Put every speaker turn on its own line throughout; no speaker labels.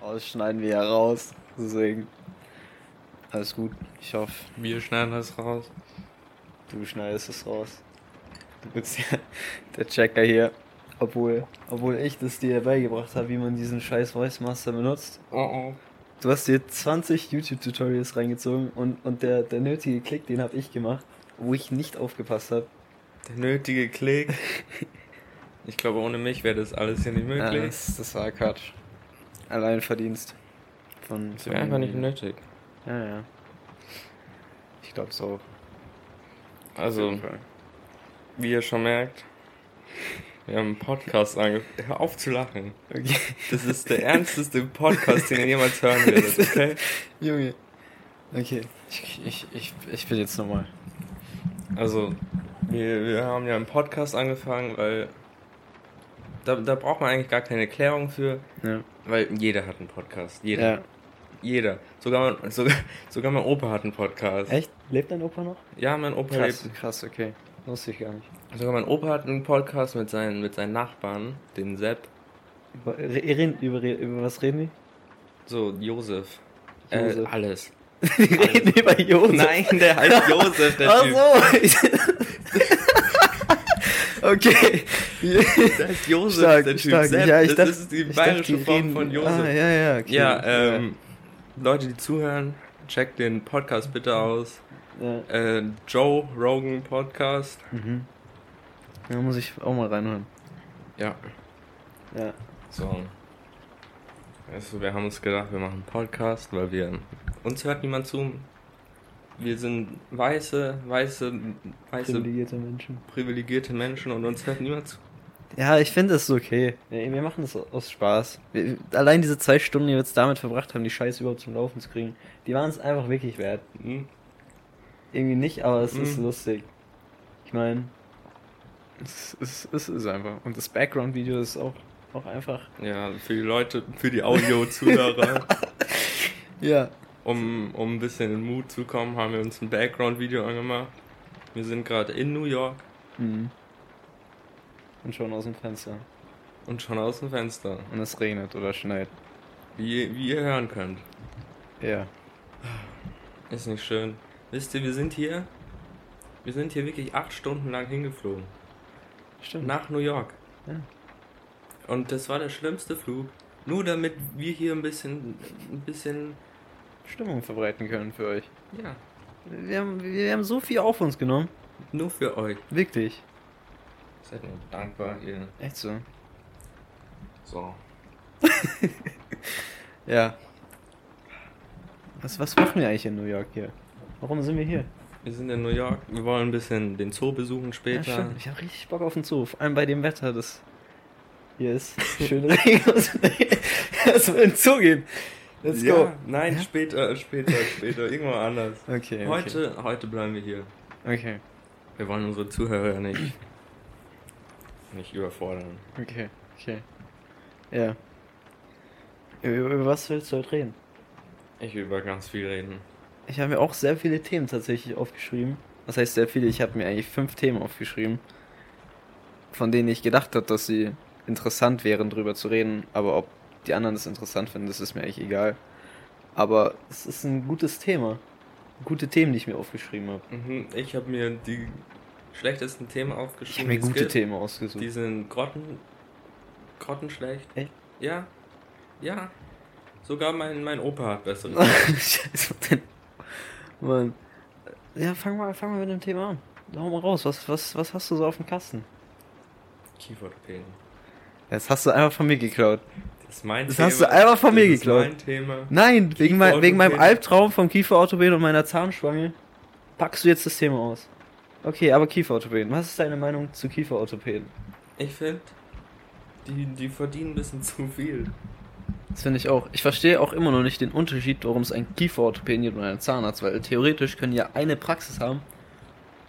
Aber das schneiden wir ja raus. Deswegen. Alles gut. Ich hoffe,
Wir schneiden das raus.
du schneidest es raus. Du bist ja der Checker hier. Obwohl, obwohl ich das dir beigebracht habe, wie man diesen scheiß Voice Master benutzt.
Oh oh.
Du hast dir 20 YouTube-Tutorials reingezogen und, und der, der nötige Klick, den habe ich gemacht, wo ich nicht aufgepasst habe.
Der nötige Klick. Ich glaube, ohne mich wäre das alles hier nicht
Ja,
möglich.
das, das war Quatsch. Allein Verdienst. Von,
Das
von
wäre einfach nicht
irgendwie.
nötig.
Ja, ja. Ich glaube so.
Also, wie ihr schon merkt, wir haben einen Podcast angefangen. Hör auf zu lachen.
Okay.
Das ist der ernsteste Podcast, den ihr jemals hören werdet, okay?
Junge. Okay. Ich, ich, ich, ich bin jetzt nochmal.
Also, wir, wir haben ja einen Podcast angefangen, weil da, da braucht man eigentlich gar keine Erklärung für,
Ja.
weil jeder hat einen Podcast. Jeder.
ja.
Jeder. Sogar mein, sogar, sogar mein Opa hat einen Podcast.
Echt? Lebt dein Opa noch?
Ja, mein Opa lebt.
krass, okay. Wusste ich gar nicht.
Sogar mein Opa hat einen Podcast mit seinen, mit seinen Nachbarn, den Sepp.
Über, re- reden, über, re- über was reden
So, Josef. Äh,
Josef.
alles.
die? Die reden über Josef.
Nein, der heißt Josef, der
Ach
Typ.
so. okay.
Der heißt Josef,
stark,
der Typ.
stark.
Sepp.
ja, ich
das
dachte,
ist die
ich
bayerische
dachte, die
Form
reden-
von Josef.
Ah, ja, ja, okay.
Ja, ähm, Leute, die zuhören, checkt den Podcast bitte aus.
Ja.
Äh, Joe Rogan Podcast.
Mhm. Da muss ich auch mal reinhören.
Ja.
Ja.
So. Also, wir haben uns gedacht, wir machen einen Podcast, weil wir. Uns hört niemand zu. Wir sind weiße, weiße, weiße,
Privilegierte Menschen.
privilegierte Menschen und uns hört niemand zu.
Ja, ich finde es okay. Wir wir machen das aus Spaß. Wir, allein diese zwei Stunden, die wir jetzt damit verbracht haben, die Scheiße überhaupt zum Laufen zu kriegen, die waren es einfach wirklich wert.
Hm?
Irgendwie nicht, aber es ist
Mhm.
lustig. Ich meine, es, es, es ist einfach. Und das Background-Video ist auch, auch einfach.
Ja, für die Leute, für die Audio-Zuhörer,
Ja.
um, um ein bisschen in Mut zu kommen, haben wir uns ein Background-Video angemacht. Wir sind gerade in New York
Mhm. Und schon aus dem Fenster.
und schon aus dem Fenster,
Und es regnet oder schneit.
wie, wie ihr hören könnt.
Ja.
Ist nicht schön. Wisst ihr, wir sind hier, wir sind hier wirklich acht Stunden lang hingeflogen.
Stimmt.
Nach New York.
Ja.
Und das war der schlimmste Flug. Nur damit wir hier ein bisschen, ein bisschen,
Stimmung verbreiten können für euch.
ja,
Wir haben, wir haben so viel auf uns genommen.
nur für euch.
Wirklich.
Seid mir dankbar, ihr.
Echt so.
So.
Ja. Was, was machen wir eigentlich in New York hier? Warum sind wir hier?
Wir sind in New York. Wir wollen ein bisschen den Zoo besuchen
Ja,
später.
stimmt. Ich habe richtig Bock auf den Zoo. Vor allem bei dem Wetter, das hier ist. Schön Regen. Lass mal in den Zoo gehen. Let's
ja,
go.
Nein,
Ja?
später, äh, später, später. Irgendwann anders.
Okay, okay.
Heute, heute bleiben wir hier.
Okay,
Wir wollen unsere Zuhörer nicht, nicht überfordern.
okay, okay. Ja. Über, über was willst du heute reden?
Ich will über ganz viel reden.
Ich habe mir auch sehr viele Themen tatsächlich aufgeschrieben. Was heißt sehr viele? Ich habe mir eigentlich fünf Themen aufgeschrieben, von denen ich gedacht habe, dass sie interessant wären, drüber zu reden. Aber ob die anderen das interessant finden, das ist mir eigentlich egal. Aber es ist ein gutes Thema. Gute Themen, die ich mir aufgeschrieben habe.
Mhm, Ich habe mir die schlechtesten Themen
Ich habe
aufgeschrieben.
mir
die es
gute
gibt.
Themen ausgesucht.
Die sind grotten, grottenschlecht.
Echt?
Ja, ja. Sogar mein, mein Opa hat bessere.
Scheiße, was denn? Mann. Ja, fang mal, fang mal mit dem Thema an. Hau mal raus. Was, was, was hast du so auf dem Kasten?
Kieferorthopäden.
Das hast du einfach von mir geklaut.
Das ist mein
Das
Thema.
hast du einfach von mir
das
geklaut.
Ist mein Thema.
Nein, wegen, mein, wegen meinem
Kieferorthopäde.
Albtraum vom Kieferorthopäden und meiner Zahnschwange packst du jetzt das Thema aus. Okay, aber Kieferorthopäden. Was ist deine Meinung zu Kieferorthopäden?
Ich finde, die, die verdienen ein bisschen zu viel.
Das finde ich auch. Ich verstehe auch immer noch nicht den Unterschied, warum es einen Kieferorthopäden gibt und einen Zahnarzt, weil theoretisch können die ja eine Praxis haben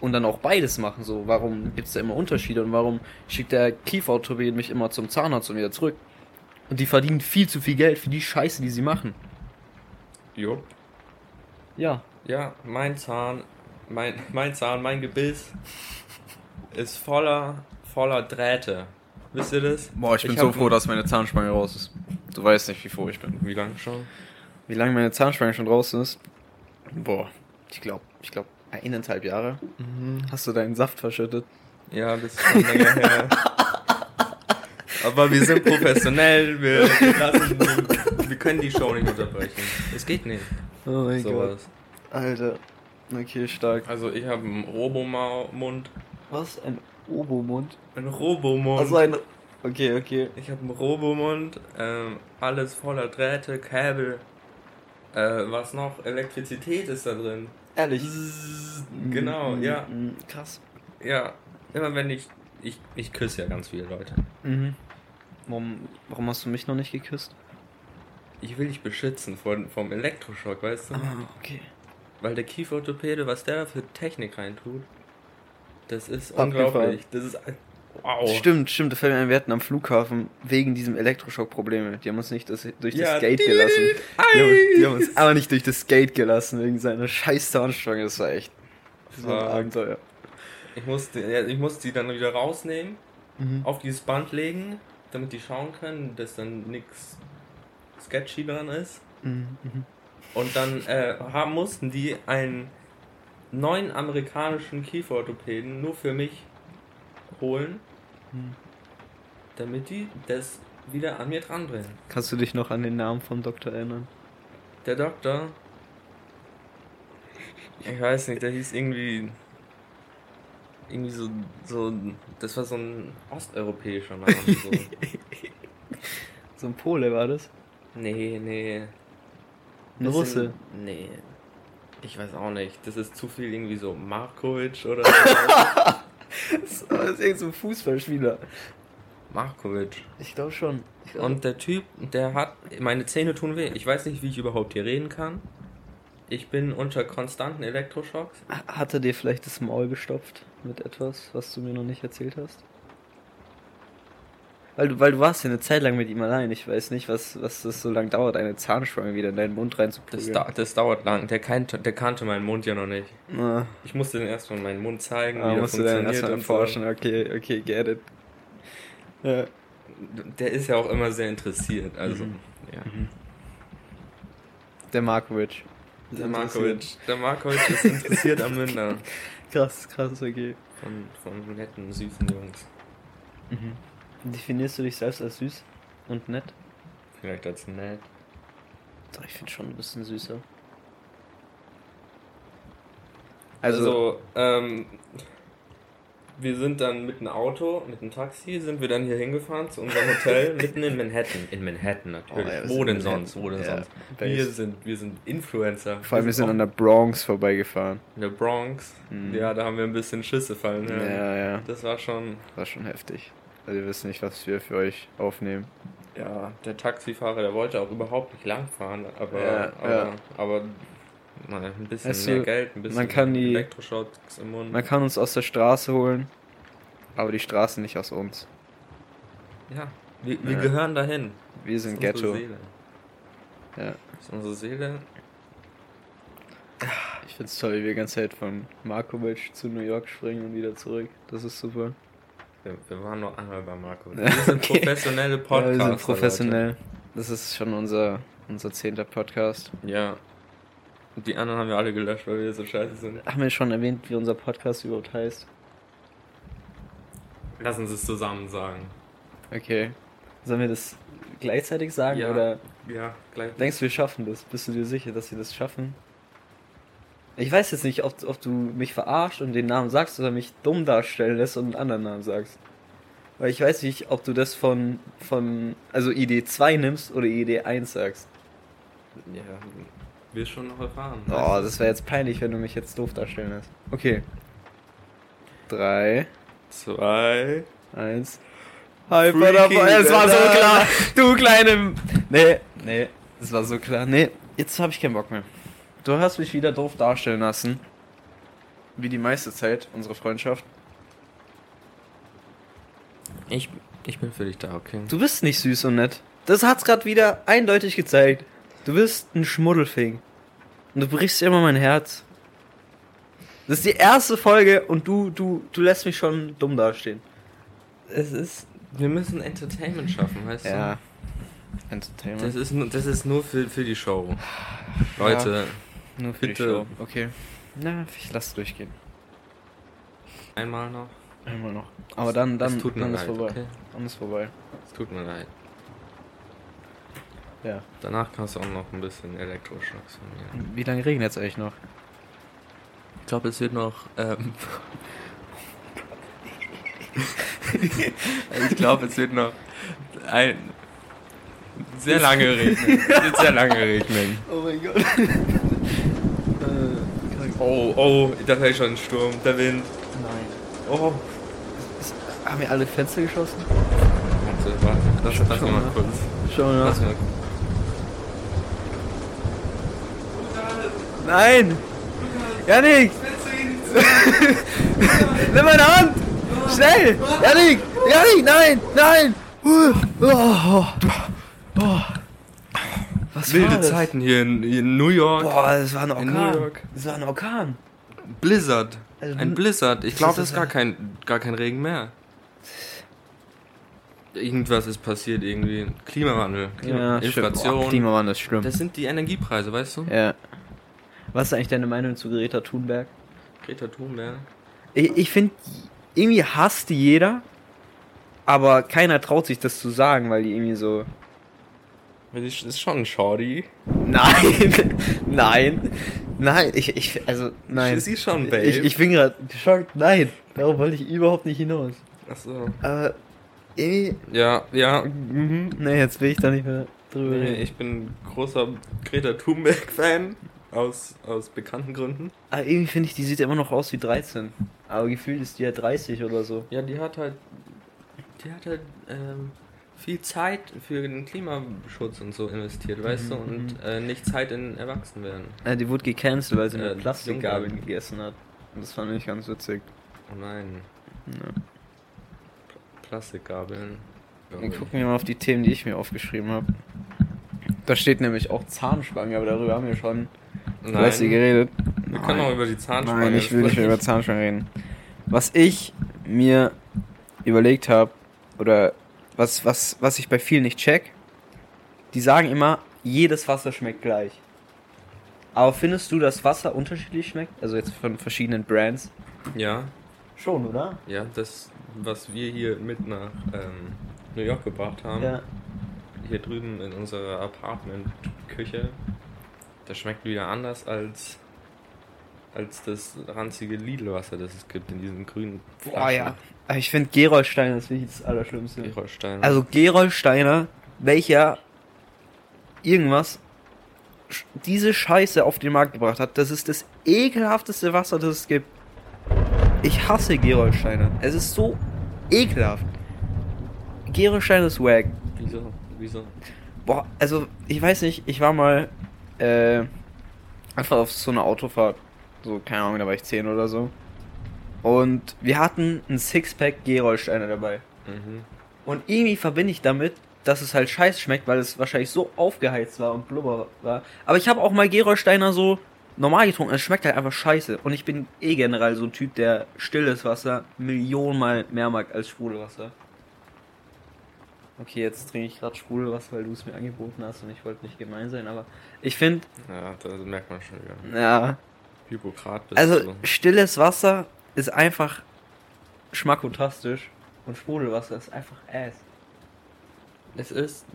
und dann auch beides machen. So, warum gibt es da immer Unterschiede und warum schickt der Kieferorthopäden mich immer zum Zahnarzt und wieder zurück? Und die verdienen viel zu viel Geld für die Scheiße, die sie machen.
Jo.
Ja,
Ja, mein Zahn, mein, mein Zahn, mein Gebiss ist voller, voller Drähte. Wisst ihr das?
Boah, ich bin
Ich
so
hab-
froh, dass meine Zahnspange raus ist.
Du weißt nicht, wie froh ich bin.
Wie lange schon?
Wie lange meine Zahnspange schon draußen ist? Boah, ich glaube, ich glaube, eineinhalb Jahre. Hast du deinen Saft verschüttet?
Ja, das ist schon länger her. Aber wir sind professionell, wir, wir lassen, wir können die Show nicht unterbrechen. Es geht nicht.
Oh mein
Sowas.
Alter. Okay, stark.
Also ich habe einen Robomund.
Was? Ein Obomund?
Einen Robomund.
Also ein. Okay, okay.
ich habe einen Robomund. Ähm, alles voller Drähte, Kabel. Äh, was noch? Elektrizität ist da drin.
Ehrlich. Mhm.
Genau, ja.
Krass.
Ja. Immer wenn ich. Ich, ich küsse ja ganz viele Leute.
Mhm. Warum, warum hast du mich noch nicht geküsst?
Ich will dich beschützen vor, vom Elektroschock, weißt du?
Ah, okay.
Weil der Kieferorthopäde, was der da für Technik reintut, das ist
Abgefahren.
unglaublich. Das ist. Wow.
Oh. Stimmt, stimmt, da fällt mir ein, wir hatten am Flughafen wegen diesem Elektroschock Probleme. Die haben uns nicht das, durch
Ja,
das Gate
die-
gelassen. Die haben, die haben uns
Eis.
aber nicht durch das Gate gelassen, wegen seiner scheiß Zahnstange. Das war echt. Das war ein
Fuck.
Abenteuer.
Ich muss, die- ja, ich muss die dann wieder rausnehmen,
Mhm.
auf dieses Band legen, damit die schauen können, dass dann nichts sketchy dran ist.
Mhm. mhm.
Und dann äh, haben, mussten die einen neuen amerikanischen Kieferorthopäden nur für mich holen,
Hm.
damit die das wieder an mir dranbringen.
Kannst du dich noch an den Namen vom Doktor erinnern?
Der Doktor. Ich weiß nicht, der hieß irgendwie. Irgendwie so. so das war so ein osteuropäischer Name. So.
So ein Pole war das?
nee, nee.
Ein
Das
Russe.
sind- Nee. Ich weiß auch nicht. Das ist zu viel irgendwie so Markovic oder so.
Das ist irgend so ein Fußballspieler.
Markovic.
Ich glaube schon. Ich glaub-
Und der Typ, der hat. Meine Zähne tun weh. Ich weiß nicht, wie ich überhaupt hier reden kann. Ich bin unter konstanten Elektroschocks.
Hat er dir vielleicht das Maul gestopft mit etwas, was du mir noch nicht erzählt hast? Weil du, weil du warst ja eine Zeit lang mit ihm allein. Ich weiß nicht, was, was das so lange dauert, eine Zahnschwange wieder in deinen Mund
Das,
reinzuprügeln.
da, das dauert lang. Der kannte, der kannte meinen Mund ja noch nicht.
Na,
Ich musste den erstmal meinen Mund zeigen,
ah,
der
musst du dann
funktioniert
erstmal
und so.
erforschen. Okay, okay, get it. Ja.
Der ist ja auch immer sehr interessiert, also.
Mhm.
Ja.
Der Markovic.
Der Markovic, der Markovic ist interessiert am Münder.
Krass, krass, okay.
Von, von netten, süßen Jungs.
Mhm. Definierst du dich selbst als süß und nett?
Vielleicht als nett.
Doch, ich finde schon ein bisschen süßer. Also,
Also, ähm, wir sind dann mit einem Auto, mit einem Taxi, sind wir dann hier hingefahren zu unserem Hotel mitten in Manhattan. In Manhattan natürlich.
Oh ja, wir sind
wo
in
denn
Manhattan.
sonst? Wo denn
Ja,
sonst?
based.
Wir sind, wir sind Influencer.
vor allem, wir sind an der Bronx vorbeigefahren.
In der Bronx.
Mhm.
Ja, da haben wir ein bisschen Schüsse fallen.
Ja,
hören.
ja,
Das war schon.
war schon heftig. Also, ihr wisst nicht, was wir für euch aufnehmen.
Ja, der Taxifahrer, der wollte auch überhaupt nicht langfahren, aber.
Ja,
aber,
ja.
aber naja, ein bisschen
Weißt
mehr
du,
Geld, ein bisschen
man kann die-
Elektroschocks im Mund.
Man kann uns aus der Straße holen, aber die Straße nicht aus uns.
ja, wir, wir
Ja.
gehören dahin.
Wir
Das
sind
ist unsere
Ghetto.
Seele.
Ja.
Das ist unsere Seele.
Ich find's toll, wie wir die ganze Zeit von Markovic zu New York springen und wieder zurück. Das ist super.
Wir, wir waren nur einmal bei Marco.
Ja,
Wir sind
okay.
professionelle
Ja,
Podcaster.
wir sind professionell. Das ist schon unser, unser zehnter Podcast.
Leute. Ja. Und Die anderen haben wir alle gelöscht, weil wir so scheiße sind.
Haben wir schon erwähnt, wie unser Podcast überhaupt heißt?
Lass uns es zusammen sagen.
Okay. Sollen wir das gleichzeitig sagen?
Ja.
Oder
Ja, gleich.
denkst du, wir schaffen das? Bist du dir sicher, dass wir das schaffen? Ich weiß jetzt nicht, ob, ob du mich verarscht und den Namen sagst oder mich dumm darstellen lässt und einen anderen Namen sagst. Weil ich weiß nicht, ob du das von, von also Idee 2 nimmst oder Idee 1 sagst.
Ja, wir schon noch erfahren.
Oh, das wäre jetzt peinlich, wenn du mich jetzt doof darstellen lässt. Okay. 3,
Zwei.
1.
Hi,
Es war so klar. Du kleine. Nee, nee. Es war so klar. Nee, jetzt habe ich keinen Bock mehr. Du hast mich wieder doof darstellen lassen. Wie die meiste Zeit unserer Freundschaft.
Ich, ich bin für dich da, okay?
Du bist nicht süß und nett. Das hat's gerade wieder eindeutig gezeigt. Du bist ein Schmuddelfing. Und du brichst immer mein Herz. Das ist die erste Folge und du, du, du lässt mich schon dumm dastehen.
Es ist. Wir müssen Entertainment schaffen, weißt du?
Entertainment.
Das ist, nur- das ist nur für, für die Show. Leute,
Nur für
bitte.
die Show. Okay. Na, ich lass durchgehen.
einmal noch.
Einmal noch. Aber dann, dann,
es tut mir
dann ist
leid.
vorbei.
Okay?
Dann ist vorbei.
Es tut mir leid.
Ja.
Danach kannst du auch noch ein bisschen Elektroschocks von mir.
Wie lange regnet es eigentlich noch?
Ich glaube, es wird noch. Ähm, ich glaube, es wird noch ein. Sehr lange regnen. Es wird sehr lange regnen.
Oh mein Gott.
Oh, oh, da fällt schon ein Sturm, der Wind.
Nein.
Oh.
Haben wir alle Fenster geschossen?
Warte, warte, lass, lass mich mal kurz.
Schau mal.
Lass mich mal
Nein! Janik! Nimm meine Hand! Schnell! Janik! Janik! Nein! Nein! Uh, Oh. Oh. Was war
Wilde
das?
Zeiten hier in, hier in New York.
Boah, das war ein
In New
Orkan.
York.
Das war ein Orkan.
Blizzard.
Also,
ein
n-
Blizzard. Ich
ist
glaube,
das
Äh, das ist gar
das-
kein, gar kein Regen mehr. Irgendwas ist passiert irgendwie. Klimawandel, Klima Inflation.
Klimawandel ist schlimm.
Das sind die Energiepreise, weißt du?
Ja. Was ist eigentlich deine Meinung zu Greta Thunberg?
Greta Thunberg.
Ich, ich finde, irgendwie hasst die jeder, aber keiner traut sich das zu sagen, weil die irgendwie so.
Das ist schon ein Shorty.
Nein! nein! Nein! Ich, ich, also, nein.
Sie ist schon ein Babe.
ich, ich bin gerade geschockt. Nein! Darauf wollte ich überhaupt nicht hinaus.
Achso.
Aber irgendwie.
Ja, ja.
Mhm. Nee, jetzt will ich da nicht mehr drüber
Nee,
reden.
ich bin großer Greta Thunberg-Fan. Aus, aus bekannten Gründen.
Aber irgendwie finde ich, die sieht immer noch aus wie 13. Aber gefühlt ist die ja 30 oder so.
Ja, die hat halt. Die hat halt ähm, viel Zeit für den Klimaschutz und so investiert, weißt du?
Mhm,
Und äh, nicht Zeit in Erwachsenwerden.
Äh, die wurde gecancelt, weil sie eine
Äh,
Plastikgabel
Jungfrau.
gegessen hat. Und das fand ich ganz witzig.
Oh nein.
Ja.
Plastikgabeln.
Dann gucken wir mal auf die Themen, die ich mir aufgeschrieben habe. Da steht nämlich auch Zahnspange, aber darüber haben wir schon
Nein.
fleißig geredet.
Wir können auch über die Zahnspange
Nein, ich will nicht mehr über
sprechen.
Zahnspange reden. Was ich mir überlegt habe, oder was, was, was ich bei vielen nicht check, die sagen immer, jedes Wasser schmeckt gleich. Aber findest du, dass Wasser unterschiedlich schmeckt? Also jetzt von verschiedenen Brands?
Ja,
Schon, oder?
ja, das, was wir hier mit nach ähm, New York gebracht haben,
Ja.
hier drüben in unserer Apartmentküche, das schmeckt wieder anders als, als das ranzige Lidl-Wasser, das es gibt in diesem grünen
Boah, ja. Aber Ich finde Gerolsteiner ist wirklich das Allerschlimmste.
Gerolsteiner.
Also Gerold Steiner, welcher irgendwas sch- diese Scheiße auf den Markt gebracht hat, das ist das ekelhafteste Wasser, das es gibt. Ich hasse Gerold Steiner. Es ist so ekelhaft. Gerold Steiner ist wack.
Wieso? Wieso?
Boah, also ich weiß nicht, ich war mal äh, einfach auf so einer Autofahrt. So, keine Ahnung, da war ich 10 oder so. Und wir hatten ein Sixpack Gerold Steiner dabei.
Mhm.
Und irgendwie verbinde ich damit, dass es halt scheiß schmeckt, weil es wahrscheinlich so aufgeheizt war und blubber war. Aber ich habe auch mal Gerolsteiner so normal getrunken. Es schmeckt halt einfach scheiße. Und ich bin eh generell so ein Typ, der stilles Wasser millionenmal mehr mag als Sprudelwasser. Okay, jetzt trinke ich gerade Sprudelwasser, weil du es mir angeboten hast und ich wollte nicht gemein sein, aber ich finde,
Ja, das merkt man schon wieder.
ja,
Hypokrat bist
also
du.
stilles Wasser ist einfach schmackotastisch und Sprudelwasser ist einfach ass.
Es ist.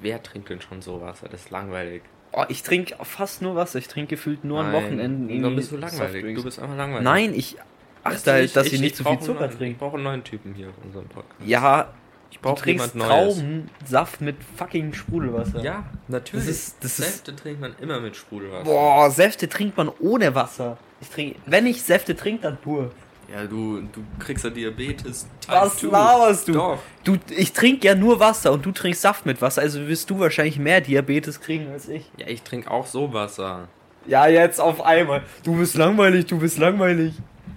Wer trinkt denn schon so Wasser? Das ist langweilig.
Oh, ich trinke fast nur Wasser. Ich trinke gefühlt nur an Wochenenden
Dann bist du langweilig.
Softdrinks.
Du bist einfach langweilig.
Nein, ich
Weißt
achte
du
halt, dass ich, nicht
ich
zu viel
brauche einen
Zucker
neuen- Ich
trinke.
brauche einen neuen Typen hier auf unserem Podcast.
Ja, ich
brauch
du trinkst
jemand Neues.
Traubensaft mit fucking Sprudelwasser.
Ja, natürlich.
Das ist- das ist-
Säfte trinkt man immer mit Sprudelwasser.
Boah, Säfte trinkt man ohne Wasser. Ich trinke, wenn ich Säfte trinke, dann pur.
Ja, du, du kriegst ja Diabetes. Type
Was
2.
laberst du?
Doch.
Du, ich trinke ja nur Wasser und du trinkst Saft mit Wasser, also wirst du wahrscheinlich mehr Diabetes kriegen als ich.
Ja, ich trinke auch so Wasser.
Ja, jetzt auf einmal. Du bist langweilig, du bist langweilig.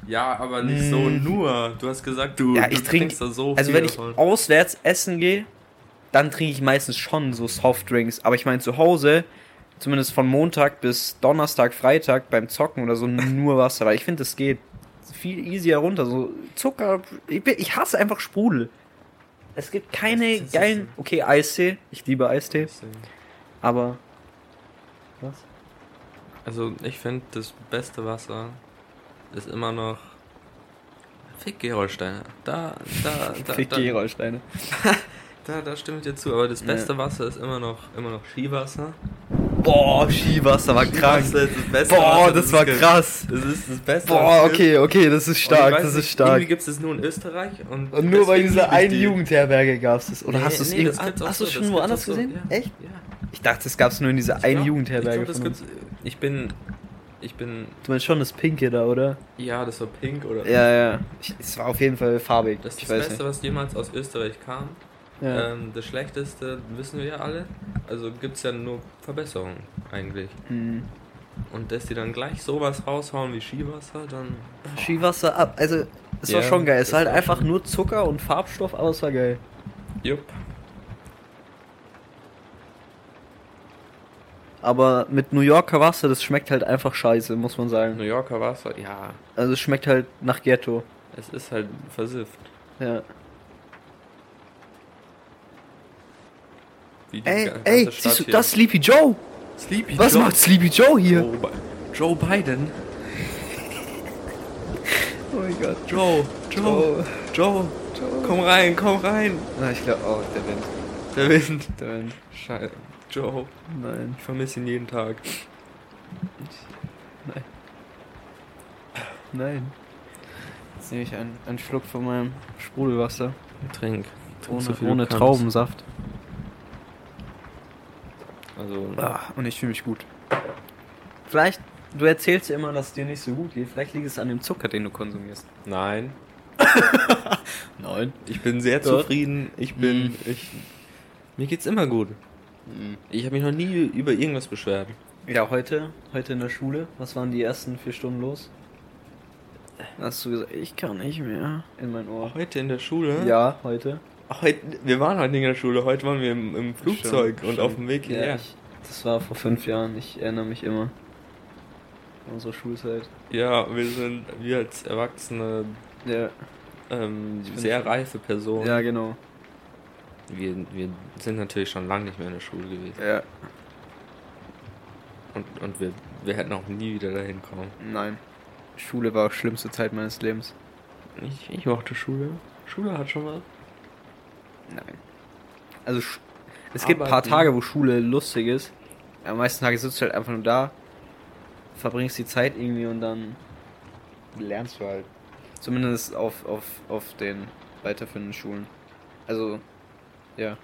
Ja, aber nicht so
Mm.
nur. Du hast gesagt, du,
Ja,
du
ich trinke.
trinkst da so
also,
viel
wenn ich
davon.
auswärts essen gehe, dann trinke ich meistens schon so Softdrinks. Aber ich meine, zu Hause, zumindest von Montag bis Donnerstag, Freitag beim Zocken oder so, nur Wasser. Weil ich finde, das geht viel easier runter. So Zucker. Ich, bin, ich hasse einfach Sprudel. Es gibt keine geilen. Okay, Eistee. Ich liebe Eistee. Aber. Was?
Also ich finde, das beste Wasser ist immer noch. Fick Gerolsteine. Da, da, da.
Fick
da,
Gerolsteine.
da, da stimme ich dir zu, aber das beste Wasser ist immer noch, immer noch Skiwasser.
Boah, Skiwasser war krank.
Skiwasser ist das beste
Boah,
Wasser,
das
es
war
gibt.
krass.
Das ist das beste
Boah,
es gibt.
okay, okay, das ist
Und ich
stark,
weiß
das
nicht,
ist stark.
Irgendwie gibt es das nur in Österreich und.
Und nur bei
deswegen
dieser
liebe ich
einen
die.
Jugendherberge gab es das. Oder
Nee,
hast du es
nee,
irgendwo-
das gibt's auch
Hast du es
so,
schon
das
woanders
gibt's auch so,
gesehen?
Ja.
Echt?
Ja.
Ich dachte, es gab es nur in dieser einen
glaub-
Jugendherberge.
Ich, glaub, das
von uns.
gibt's, ich bin. Ich bin.
Du meinst schon das Pinke da, oder?
Ja, das war pink oder.
Ja, ja. Ich, es war auf jeden Fall farbig.
Das ist
ich
das
weiß
Beste, was jemals aus Österreich kam.
nicht. Ja.
Ähm, das Schlechteste wissen wir ja alle. Also gibt's ja nur Verbesserungen eigentlich.
Mhm.
Und dass die dann gleich sowas raushauen wie Skiwasser, dann.
Skiwasser ab. Also, es war
Ja,
schon geil. Es
das
war halt
war
einfach
schon-
nur Zucker und Farbstoff, aber es war geil.
Jupp.
Aber mit New Yorker Wasser, das schmeckt halt einfach scheiße, muss man
New
sagen.
Yorker Wasser, ja.
Also, es schmeckt halt nach Ghetto.
Es ist halt versifft.
Ja.
Wie die
Ey,
ganze
ey,
Stadt
siehst du,
hier.
das ist Sleepy Joe.
Sleepy
Was
Joe.
macht Sleepy Joe hier?
Joe, Bi Joe Biden?
Oh mein Gott.
Joe, Joe, Joe, komm rein, komm rein.
Na, ich glaube, oh, der Wind.
Der Wind.
Der Wind.
Scheiße. Joe,
Nein.
ich vermisse ihn jeden Tag.
Nein. Jetzt nehme ich einen, einen Schluck von meinem Sprudelwasser.
Trink. Trink
Ohne,
so viel du
ohne
kannst.
Traubensaft.
Also,
Ah, und ich fühle mich gut. Vielleicht, du erzählst ja immer, dass es dir nicht so gut geht. Vielleicht liegt es an dem Zucker, den du konsumierst.
nein.
Nein.
Ich bin sehr
Dort.
zufrieden. Ich bin,
Mm.
ich, mir geht's immer gut.
Mhm.
Ich habe mich noch nie über irgendwas beschwert.
Ja, heute, heute in der Schule, was waren die ersten vier Stunden los? Hast du gesagt, ich kann nicht mehr. In mein Ohr.
Heute in der Schule?
Ja, heute.
Heute, wir waren heute nicht in der Schule. Heute waren wir im, im Flugzeug
Stimmt,
und
stimmt.
auf dem Weg
Ja,
hierher.
ich, das war vor fünf Jahren, ich erinnere mich immer. An Unsere Schulzeit.
Ja, wir sind, wir als Erwachsene,
Ja,
ähm,
Ich bin
sehr
schon-
reife Personen.
ja genau.
Wir, wir sind natürlich schon lange nicht mehr in der Schule gewesen.
Ja,
Und, und wir, wir hätten auch nie wieder dahin kommen.
nein. Schule war die schlimmste Zeit meines Lebens.
Ich, ich mochte Schule. Schule hat schon was.
Nein. Also, Sch- es gibt ein paar
Arbeiten.
Tage, wo Schule lustig ist. Am meisten Tage sitzt du halt einfach nur da, verbringst die Zeit irgendwie und dann lernst du halt. Zumindest auf, auf, auf den weiterführenden Schulen. Also, ja.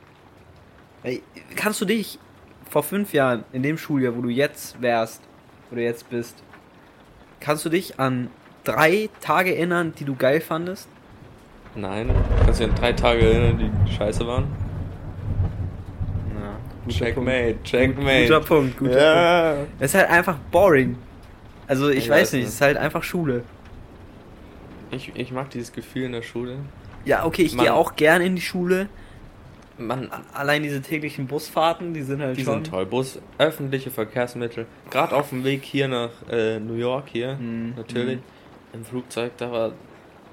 Ey, kannst du dich vor fünf Jahren, in dem Schuljahr, wo du jetzt wärst, oder jetzt bist, kannst du dich an drei Tage erinnern, die du geil fandest?
Nein. Kannst du dich an drei Tage erinnern, die scheiße waren?
Ja.
Checkmate, checkmate.
Guter Punkt, guter Punkt.
ja.
Es ist halt einfach boring. Also ich
Ich
weiß
weiß
nicht,
nicht.
es ist halt einfach Schule.
Ich, ich mag dieses Gefühl in der Schule.
Ja, okay, ich
Mann.
gehe auch gern in die Schule.
Man,
A- Allein diese täglichen Busfahrten, die sind halt
die
schon.
sind toll. Bus, öffentliche Verkehrsmittel. Gerade auf dem Weg hier nach äh, New York hier,
Mhm.
natürlich.
Mhm.
Im Flugzeug, da war.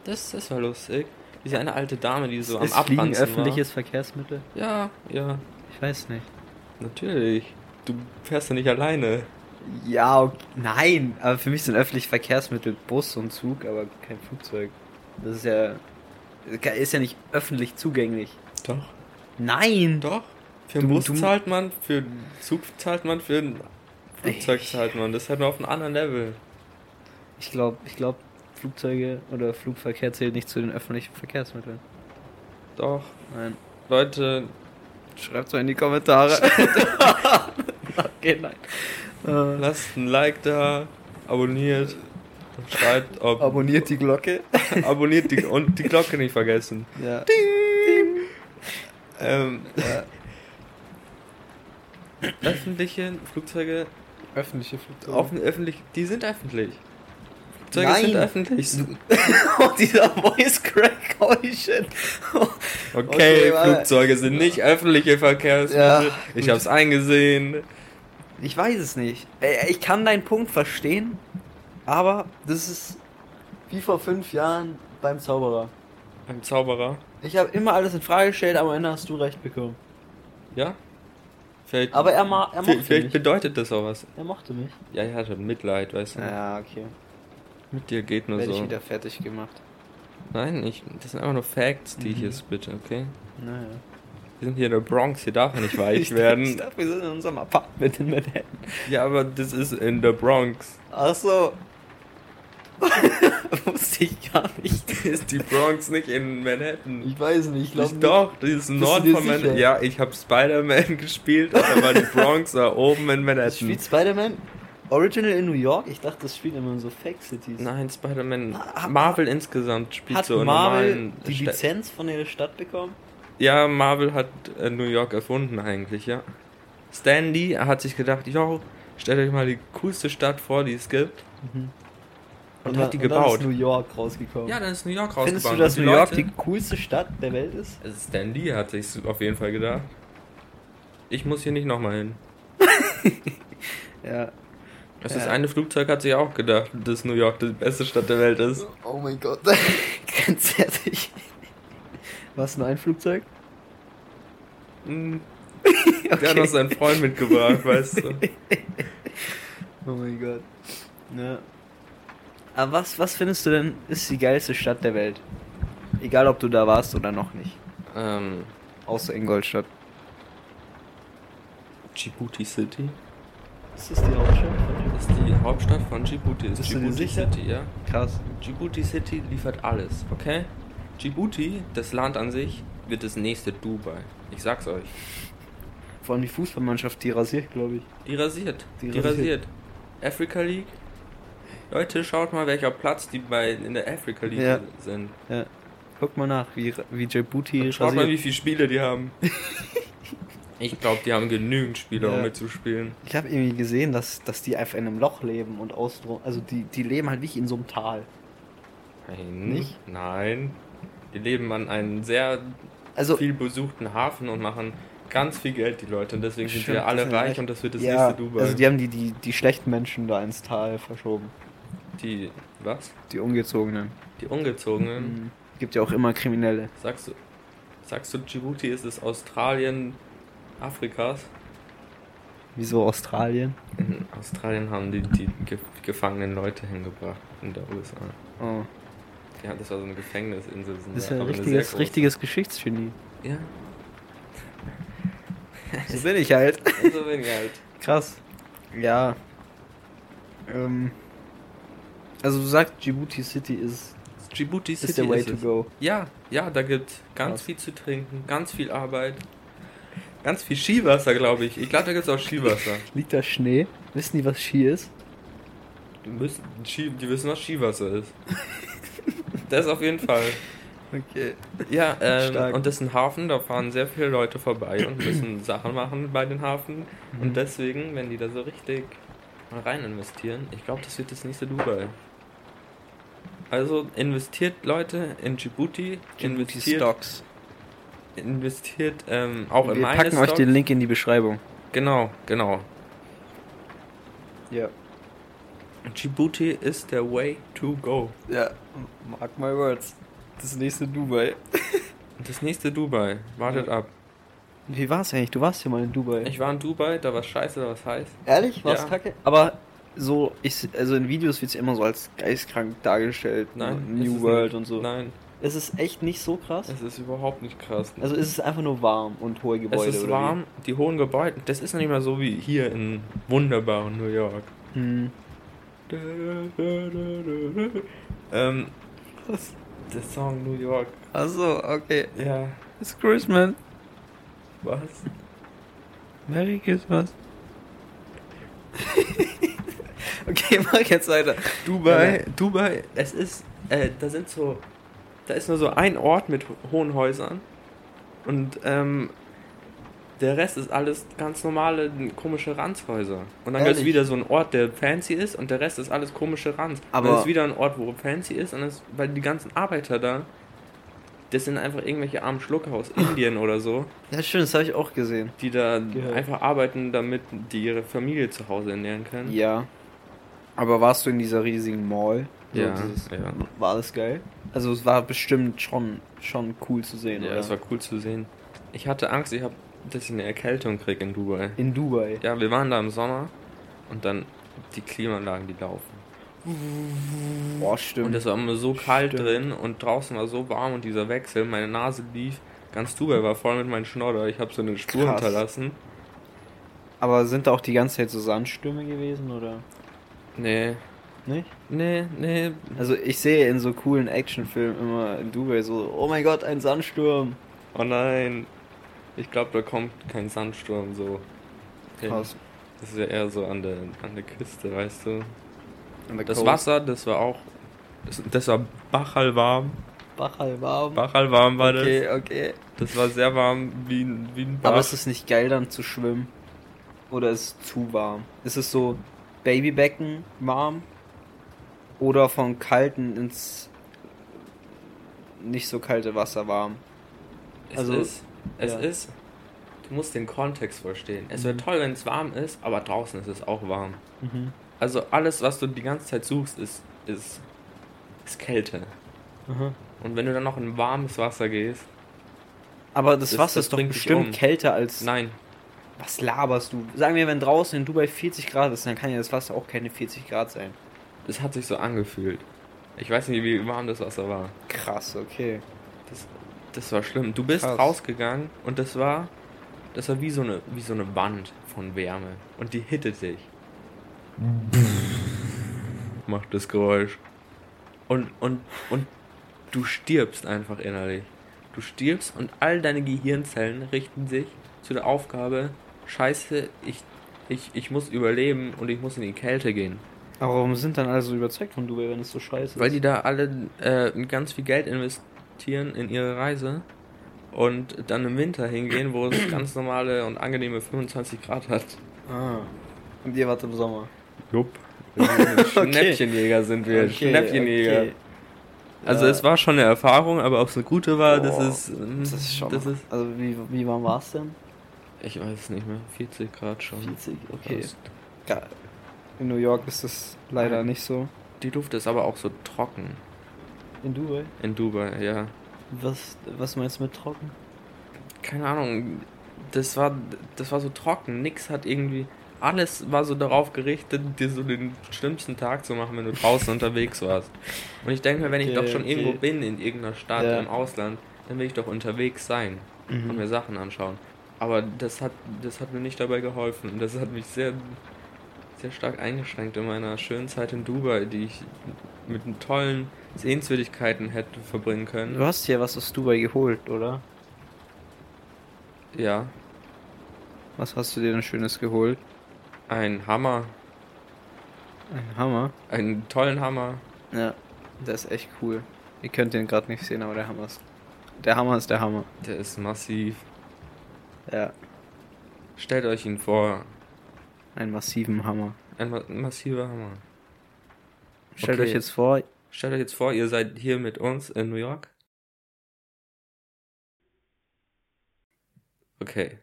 Das, das war lustig. Diese eine alte Dame, die so
ist
am
Fliegen
Abranzen
öffentliches Verkehrsmittel?
war. Ja, ja,
Ich weiß nicht.
natürlich. Du fährst ja nicht alleine.
Ja, ok- nein, aber für mich sind öffentliche Verkehrsmittel Bus und Zug, aber kein Flugzeug. Das ist ja ist ja nicht öffentlich zugänglich.
Doch.
Nein.
Doch. Für
Du-
einen Bus
du-
zahlt man, für einen Zug zahlt man, für ein Flugzeug
Ey.
zahlt man. Das ist halt nur auf einem anderen Level.
Ich glaube, ich glaube Flugzeuge oder Flugverkehr zählt nicht zu den öffentlichen Verkehrsmitteln.
Doch.
Nein.
Leute,
Schreibt's mal in die Kommentare. okay, nein. Äh,
lasst ein Like da, abonniert und schreibt, ob.
abonniert die Glocke.
abonniert die, und die Glocke nicht vergessen.
Ja.
Ähm, öffentliche Flugzeuge,
Öffentliche Flugzeuge.
offen, öffentlich, die sind öffentlich. Flugzeuge sind
Nein.
öffentlich.
oh, dieser Voice Crack, holy shit.
Okay,
Okay, warte.
Flugzeuge sind nicht öffentliche Verkehrsmittel.
Ja,
ich
gut.
hab's eingesehen.
Ich weiß es nicht. Äh, Ich kann deinen Punkt verstehen, aber das ist wie vor fünf Jahren beim Zauberer.
Ein Zauberer.
Ich habe immer alles in Frage gestellt, aber am Ende hast du recht bekommen.
Ja? Vielleicht,
Aber er, ma er mochte
vielleicht, vielleicht
mich.
bedeutet das auch was.
Er mochte mich.
Ja, ich hatte Mitleid, weißt du.
Ja, okay.
Mit dir geht nur
Werde ich
so.
wieder fertig gemacht.
Nein, ich, das sind einfach nur Facts, die ich
Mhm.
hier spitte, okay?
Naja.
Wir sind hier in der Bronx, hier darf man nicht weich werden.
dachte, wir sind in unserem Apartment in Manhattan.
Ja, aber das ist in der Bronx.
Ach so. Wusste ich gar nicht.
Ist die Bronx nicht in Manhattan?
Ich weiß nicht, ich glaube
Ich doch, das ist im
Bist du
Norden
dir
von Manhattan.
sicher?
Ja, ich habe Spider-Man gespielt, aber war die Bronx da oben in Manhattan.
Spielt Spider-Man Original in New York? Ich dachte, das spielt immer in so Fake Cities.
Nein, Spider-Man,
Ha-
Marvel insgesamt spielt
Hat
so in
Marvel
normalen
die
Städten.
Lizenz von der Stadt bekommen?
Ja, Marvel hat äh, New York erfunden eigentlich, ja. Stan Lee hat sich gedacht, yo, stellt euch mal die coolste Stadt vor, die es gibt. Und, hat die
Mhm. dann- Dann
gebaut.
ist New York rausgekommen.
ja, dann ist New York
Findest du,
rausgebaut.
dass New York die coolste Stadt der Welt ist?
also Stan Lee hat sich auf jeden Fall gedacht. Ich muss hier nicht nochmal hin.
Ja.
Das
Ja.
ist eine Flugzeug hat sich auch gedacht, dass New York die beste Stadt der Welt ist.
Oh mein Gott. Ganz ehrlich. Was, nur ein Flugzeug?
Hm, Der hat noch seinen Freund mitgebracht, weißt du.
Oh mein Gott. Ja. Aber was, was findest du denn, ist die geilste Stadt der Welt? Egal, ob du da warst oder noch nicht.
Ähm,
Außer Ingolstadt.
Djibouti City.
Ist das die Hauptstadt?
Das ist die Hauptstadt von Djibouti. Ist
Bist du dir
Djibouti
sicher?
City, ja.
Krass.
Djibouti City liefert alles, okay? Djibouti, das Land an sich, wird das nächste Dubai. Ich sag's euch.
Vor allem die Fußballmannschaft, die rasiert, glaube ich.
Die rasiert. Die,
Die
rasiert. Africa League. Leute, schaut mal, welcher Platz die bei in der Africa League
Ja.
sind.
Ja. Guck mal nach, wie, wie Djibouti
Und
rasiert.
schaut mal, wie viele Spiele die haben. ich glaube, die haben genügend Spieler, um
Ja.
mitzuspielen.
Ich habe irgendwie gesehen, dass, dass die einfach in einem Loch leben und außen, also die, die leben halt wirklich in so einem Tal.
Nein.
Nicht?
Nein. Die leben an einem sehr
Also
viel besuchten Hafen und machen ganz viel Geld, die Leute. Und deswegen sind
Stimmt,
wir alle
das ist
reich
echt-
und das wird das
ja,
nächste Dubai.
also die haben die, die, die schlechten Menschen da ins Tal verschoben.
die, was?
Die Ungezogenen.
Die Ungezogenen.
Mhm. Gibt ja auch immer Kriminelle.
Sagst du, sagst du, Djibouti ist das Australien Afrikas?
Wieso Australien?
In Australien haben die die ge gefangenen Leute hingebracht in der USA.
Oh,
Ja, das war so eine Gefängnisinsel. so
das ist ja ein
aber eine sehr
richtiges,
große.
richtiges Geschichtsgenie.
Ja,
So bin ich halt.
so wenig halt.
Krass. Ja. Ähm. Also du sagst, Djibouti City ist,
Djibouti City
ist the way
ist
to
es.
go.
Ja, ja, da gibt's ganz
Krass.
viel zu trinken, ganz viel Arbeit, ganz viel Skiwasser, glaube ich. Ich glaube, da gibt's auch Skiwasser.
Liegt da Schnee? Wissen die, was Ski ist?
Die, müssen, Ski, die wissen, was Skiwasser ist. Das auf jeden Fall.
Okay.
Ja, ähm,
Stark.
und das ist ein Hafen, da fahren sehr viele Leute vorbei und müssen Sachen machen bei den Hafen.
Mhm.
Und deswegen, wenn die da so richtig rein investieren, ich glaube, das wird das nächste Dubai. Also investiert Leute in Djibouti,
Djibouti
investiert,
Stocks.
investiert ähm, auch in
Wir
meine
packen euch
Stocks.
den Link in die Beschreibung.
Genau, genau.
Ja.
Djibouti ist der way to go.
Ja. Mark my words. Das nächste Dubai.
Und Das nächste Dubai, wartet ab.
Wie war es eigentlich? Du warst ja mal in Dubai.
Ich war in Dubai, da war scheiße, da war heiß.
Ehrlich? War's
Ja.
kacke? Aber so, ich, also in Videos wird es immer so als geistkrank dargestellt. ne?
Nein, es
New
ist
World
nicht-
und so.
Nein,
Es ist echt nicht so krass.
es ist überhaupt nicht krass.
Also es ist einfach nur warm und hohe Gebäude.
es ist
oder
warm, die hohen Gebäude, das ist nicht mehr so wie hier in wunderbaren New York.
Wie? Hm.
Ähm, der Song New York,
Achso, okay.
ja,
It's Christmas.
was?
Merry Christmas. okay, mach jetzt weiter.
Dubai,
Ja.
Dubai, es ist, äh, da sind so, da ist nur so ein Ort mit ho- hohen Häusern und ähm, der Rest ist alles ganz normale, n- komische Ranzhäuser. Und dann gibt es
Ehrlich?
wieder so einen Ort, der fancy ist und der Rest ist alles komische Ranz. und
Aber-
dann ist wieder ein Ort, wo fancy ist und das, weil die ganzen Arbeiter da, das sind einfach irgendwelche armen Schlucker aus Indien oder so,
Ja, schön, das habe ich auch gesehen.
die da
Gehört.
einfach arbeiten, damit die ihre Familie zu Hause ernähren können.
Ja. Aber warst du in dieser riesigen Mall? So
Ja,
dieses-
ja.
War das geil? Also es war bestimmt schon, schon cool zu sehen, oder?
Ja, Genau, das war cool zu sehen. Ich hatte Angst, ich hab, dass ich eine Erkältung krieg in Dubai.
In Dubai.
Ja, wir waren da im Sommer und dann die Klimaanlagen, die laufen.
Boah, stimmt.
Und es war immer so kalt
Stimmt.
drin und draußen war so warm und dieser Wechsel, meine Nase lief. Ganz Dubai war voll mit meinen Schnodder. Ich habe so eine Spur
Krass.
hinterlassen.
Aber sind da auch die ganze Zeit so Sandstürme gewesen, oder?
Nee,
Nicht?
nee, nee.
Also ich sehe in so coolen Actionfilmen immer in Dubai so, oh mein Gott, ein Sandsturm.
Oh nein. Ich glaube, da kommt kein Sandsturm so. hin.
Krass.
Das ist ja eher so an der, an der Küste, weißt du.
An der
Das
Coast.
Wasser, das war auch. Das, das war bachalwarm.
Bach halt warm.
Bachalwarm war das.
okay, okay.
Das war sehr warm, wie ein, wie ein Bach.
Aber ist es nicht geil dann zu schwimmen? Oder ist es zu warm? Ist es so Babybecken warm? Oder von kalten ins nicht so kalte Wasser warm?
Es
Also,
ist, es
ja.
ist, du musst den Kontext verstehen. Es wäre
Mhm.
toll, wenn es warm ist, aber draußen ist es auch warm. Also alles, was du die ganze Zeit suchst, ist, ist, ist Kälte. Und wenn du dann noch in warmes Wasser gehst,
Aber das,
Das-
Wasser
das
ist doch
bringt dich
bestimmt
um.
kälter als.
nein,
Was laberst du? Sagen wir, wenn draußen in Dubai 40 Grad ist, dann kann ja das Wasser auch keine 40 Grad sein.
das hat sich so angefühlt. Ich weiß nicht, wie warm das Wasser war.
Krass, okay.
Das, das war schlimm. Du bist
Krass.
rausgegangen und das war, das war wie so eine, wie so eine Wand von Wärme und die hittet dich. Macht das Geräusch. Und, und, und du stirbst einfach innerlich. Du stirbst und all deine Gehirnzellen richten sich zu der Aufgabe, scheiße, ich, ich, ich muss überleben und ich muss in die Kälte gehen.
Aber warum sind dann alle so überzeugt von Dubai, wenn es so scheiße
Weil
ist?
die da alle äh, ganz viel Geld investieren in ihre Reise und dann im Winter hingehen, wo es ganz normale und angenehme 25 Grad hat.
Ah. Und ihr wart im Sommer.
Jupp. Schnäppchenjäger sind wir. Schnäppchenjäger. Also
Ja.
es war schon eine Erfahrung, aber ob es eine gute war,
Boah,
das ist. ähm,
Das ist schon.
Das ist,
also wie, wie warm war es denn?
ich weiß es nicht mehr. 40 Grad schon. Also
40, okay.
Okay.
Geil. In New York ist das leider nicht so.
Die Luft ist aber auch so trocken.
In Dubai?
In Dubai, ja.
Was, was meinst du mit trocken?
keine Ahnung, das war, das war so trocken. Nix hat irgendwie. Alles war so darauf gerichtet, dir so den schlimmsten Tag zu machen, wenn du draußen unterwegs warst. Und ich denke mir, wenn ich
Okay,
doch schon
okay.
irgendwo bin, in irgendeiner Stadt
Ja. Mhm.
im Ausland, dann will ich doch unterwegs sein und mir Sachen anschauen. Aber das hat, das hat mir nicht dabei geholfen. Das hat mich sehr, sehr stark eingeschränkt in meiner schönen Zeit in Dubai, die ich mit tollen Sehenswürdigkeiten hätte verbringen
Du
können.
hast hier was aus Dubai geholt, oder?
Ja,
Was hast du dir denn Schönes geholt?
ein Hammer,
Ein Hammer.
einen tollen Hammer.
Ja, der ist echt cool. Ihr könnt den gerade nicht sehen, aber der Hammer ist. Der Hammer ist der Hammer.
Der ist massiv.
Ja,
Stellt euch ihn vor.
einen massiven Hammer.
Ein ma- massiver Hammer.
Stellt
Okay.
euch jetzt vor,
Stellt euch jetzt vor, ihr seid hier mit uns in New York. Okay.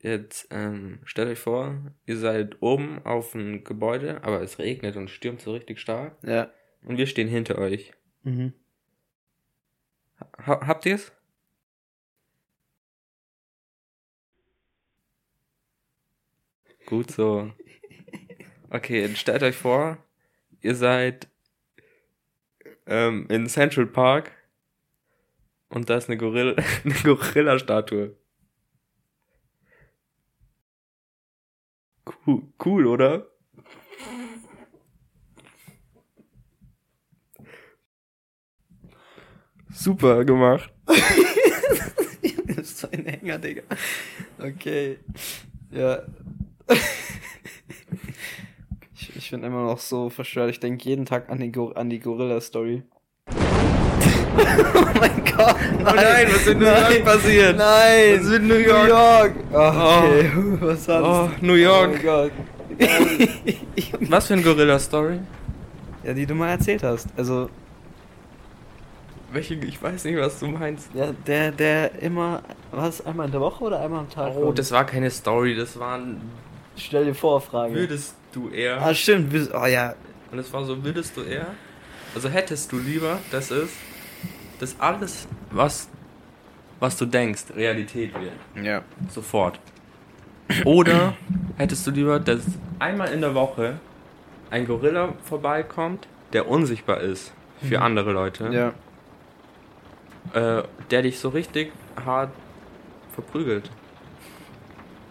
Jetzt ähm, stellt euch vor, ihr seid oben auf einem Gebäude, aber es regnet und stürmt so richtig stark.
ja.
Und wir stehen hinter euch.
Mhm.
Ha habt ihr's? Gut so. Okay, jetzt stellt euch vor, ihr seid ähm, in Central Park und da ist eine, Gorilla eine Gorilla-Statue. Cool, cool, oder? Super gemacht.
das ist so ein Hänger, Digga. Okay. Ja. ich ich bin immer noch so verstört. Ich denke jeden Tag an, den Gor an die Gorilla-Story. oh mein Gott. Nein.
Oh nein, was in New York passiert?
Nein.
Was in New York?
New York. Ah, okay. Was war das?
Oh,
Oh
New
mein
York.
Gott.
Was für ein Gorilla-Story?
ja, die du mal erzählt hast. Also,
Welche, ich weiß nicht, was du meinst.
ja, der, der immer, was, einmal in der Woche oder einmal am Tag?
Oh, das war keine Story, das war ein
Stell dir vor, Frage.
würdest du eher.
Ah, stimmt. wir- Oh ja,
Und es war so, würdest du eher? Also hättest du lieber, das ist, dass alles, was, was du denkst, Realität wird.
Ja.
Sofort. Oder hättest du lieber, dass einmal in der Woche ein Gorilla vorbeikommt, der unsichtbar ist für andere Leute,
Ja.
äh, der dich so richtig hart verprügelt.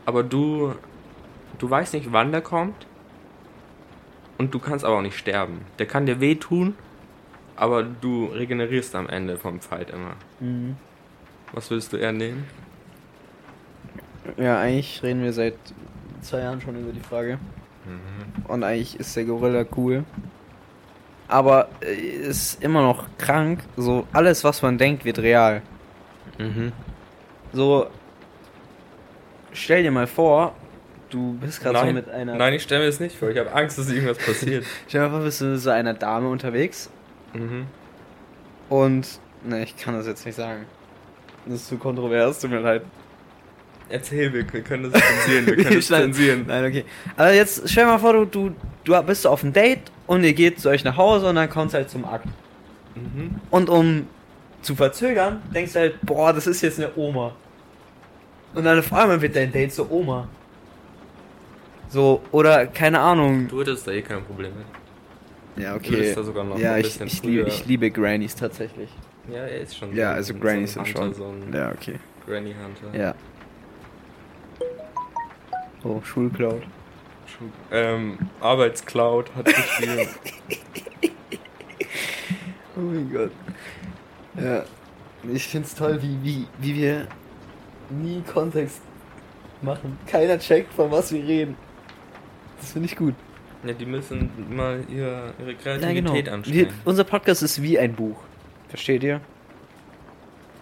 Aber du, du weißt nicht, wann der kommt und du kannst aber auch nicht sterben. Der kann dir wehtun, aber du regenerierst am Ende vom Fight immer.
Mhm.
Was würdest du eher nehmen?
Ja, eigentlich reden wir seit zwei Jahren schon über die Frage.
Mhm.
Und eigentlich ist der Gorilla cool. Aber äh, ist immer noch krank. So alles, was man denkt, wird real.
Mhm.
So, stell dir mal vor, du bist gerade so
Nein,
mit einer.
nein, ich stelle mir das nicht vor. Ich habe Angst, dass irgendwas passiert.
Stell dir mal vor, bist du mit so einer Dame unterwegs
mhm.
und. Ne, ich kann das jetzt nicht sagen. Das ist zu kontrovers, tut mir leid.
Erzähl, wir, wir können das zensieren. Wir können das
Schneiden.
zensieren.
Nein, okay. Aber jetzt stell dir mal vor, du, du, du bist so auf ein Date und ihr geht zu euch nach Hause und dann kommt halt zum Akt.
Mhm.
Und um zu verzögern, denkst du halt, boah, das ist jetzt eine Oma. Und dann auf einmal wird dein Date zur Oma. So, oder keine Ahnung.
Du hättest da eh kein Problem mit.
Ja,
Du würdest da sogar noch
Ja,
ein
ich,
bisschen
ich, liebe,
früher-
ich liebe Grannies tatsächlich.
Ja, er ist schon.
Ja,
so
also
ein-
Grannies
so ein
sind
Hunter,
schon.
So ein
Ja, okay.
Granny Hunter.
Ja. Oh, Schulcloud.
Schon- Ähm, Arbeitscloud hat gespielt.
Oh mein Gott. Ja. Ich find's toll, wie, wie, wie wir nie Kontext machen. Keiner checkt, von was wir reden. Das finde ich gut.
ja, die müssen mal ihr, ihre Kreativität
Wir,
anstrengen.
unser Podcast ist wie ein Buch. Versteht ihr?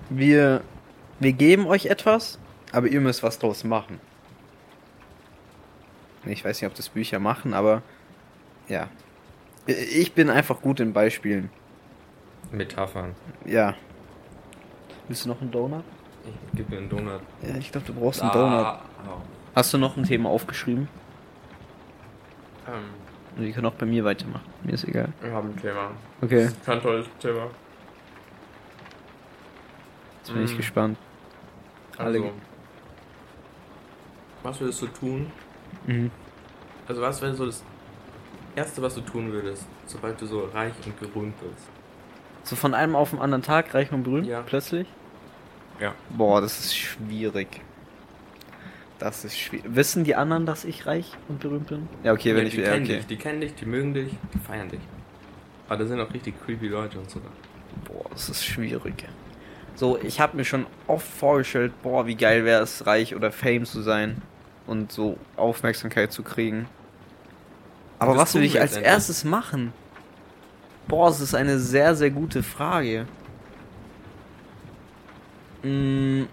Wir, wir geben euch etwas, aber ihr müsst was draus machen. Ich weiß nicht, ob das Bücher machen, aber ja. Ich bin einfach gut in Beispielen.
Metaphern.
Ja. Willst du noch einen Donut?
Ich gebe mir einen Donut.
Ja, ich glaube, du brauchst einen Donut.
Ah, au.
Hast du noch ein Thema aufgeschrieben?
Ähm,
Und ich kann auch bei mir weitermachen. Mir ist egal.
wir haben ein Thema.
Okay,
ist kein tolles Thema.
jetzt bin ich
Mm.
gespannt. Alle
Also, was würdest du tun?
Mhm.
Also, was wäre so das Erste, was du tun würdest, sobald du so reich und gerühmt bist?
So von einem auf den anderen Tag reich und berühmt?
Ja.
Plötzlich?
Ja.
Boah, das ist schwierig. Das ist schwierig. Wissen die anderen, dass ich reich und berühmt bin? Ja, okay, wenn
Ja,
ich
die
ja,
kennen
okay.
dich, die kennen dich, die mögen dich, die feiern dich. Aber da sind auch richtig creepy Leute und so.
Boah, das ist schwierig. So, ich habe mir schon oft vorgestellt, boah, wie geil wäre es, reich oder fame zu sein und so Aufmerksamkeit zu kriegen. Aber
Das
was
tun
will ich
wir
als
jetzt endlich.
erstes machen? Boah, es ist eine sehr, sehr gute Frage. Mm,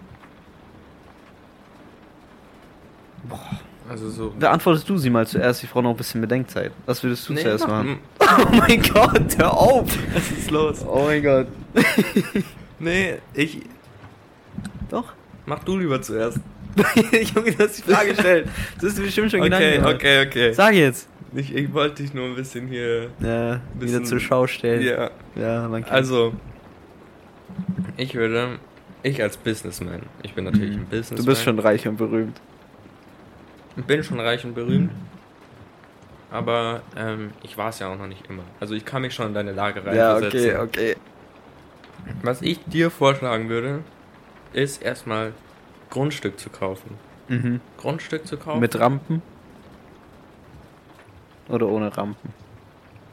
Also so.
beantwortest du sie mal zuerst? Ich brauche noch ein bisschen Bedenkzeit. Was würdest du zuerst
mach- Hm.
machen? Oh mein Gott, hör auf!
Was ist los?
Oh mein Gott.
Nee, ich.
Doch.
Mach du lieber zuerst.
Junge, du hast die Frage gestellt. Das ist bestimmt schon
Okay,
Gedanken. gemacht.
okay, okay.
Sag jetzt.
Ich, ich wollte dich nur ein bisschen hier.
Ja, wieder
Bisschen-
zur Schau stellen.
Ja.
Ja, man kennt's.
Also. Ich würde. Ich als Businessman. Ich bin natürlich ein Businessman.
Mhm. Du bist schon reich und berühmt.
Ich bin schon reich und berühmt. Aber ähm, ich war es ja auch noch nicht immer. Also ich kann mich schon in deine Lage reinversetzen.
okay.
Was ich dir vorschlagen würde, ist erstmal Grundstück zu kaufen.
Mhm.
Grundstück zu kaufen.
Mit Rampen? Oder ohne Rampen?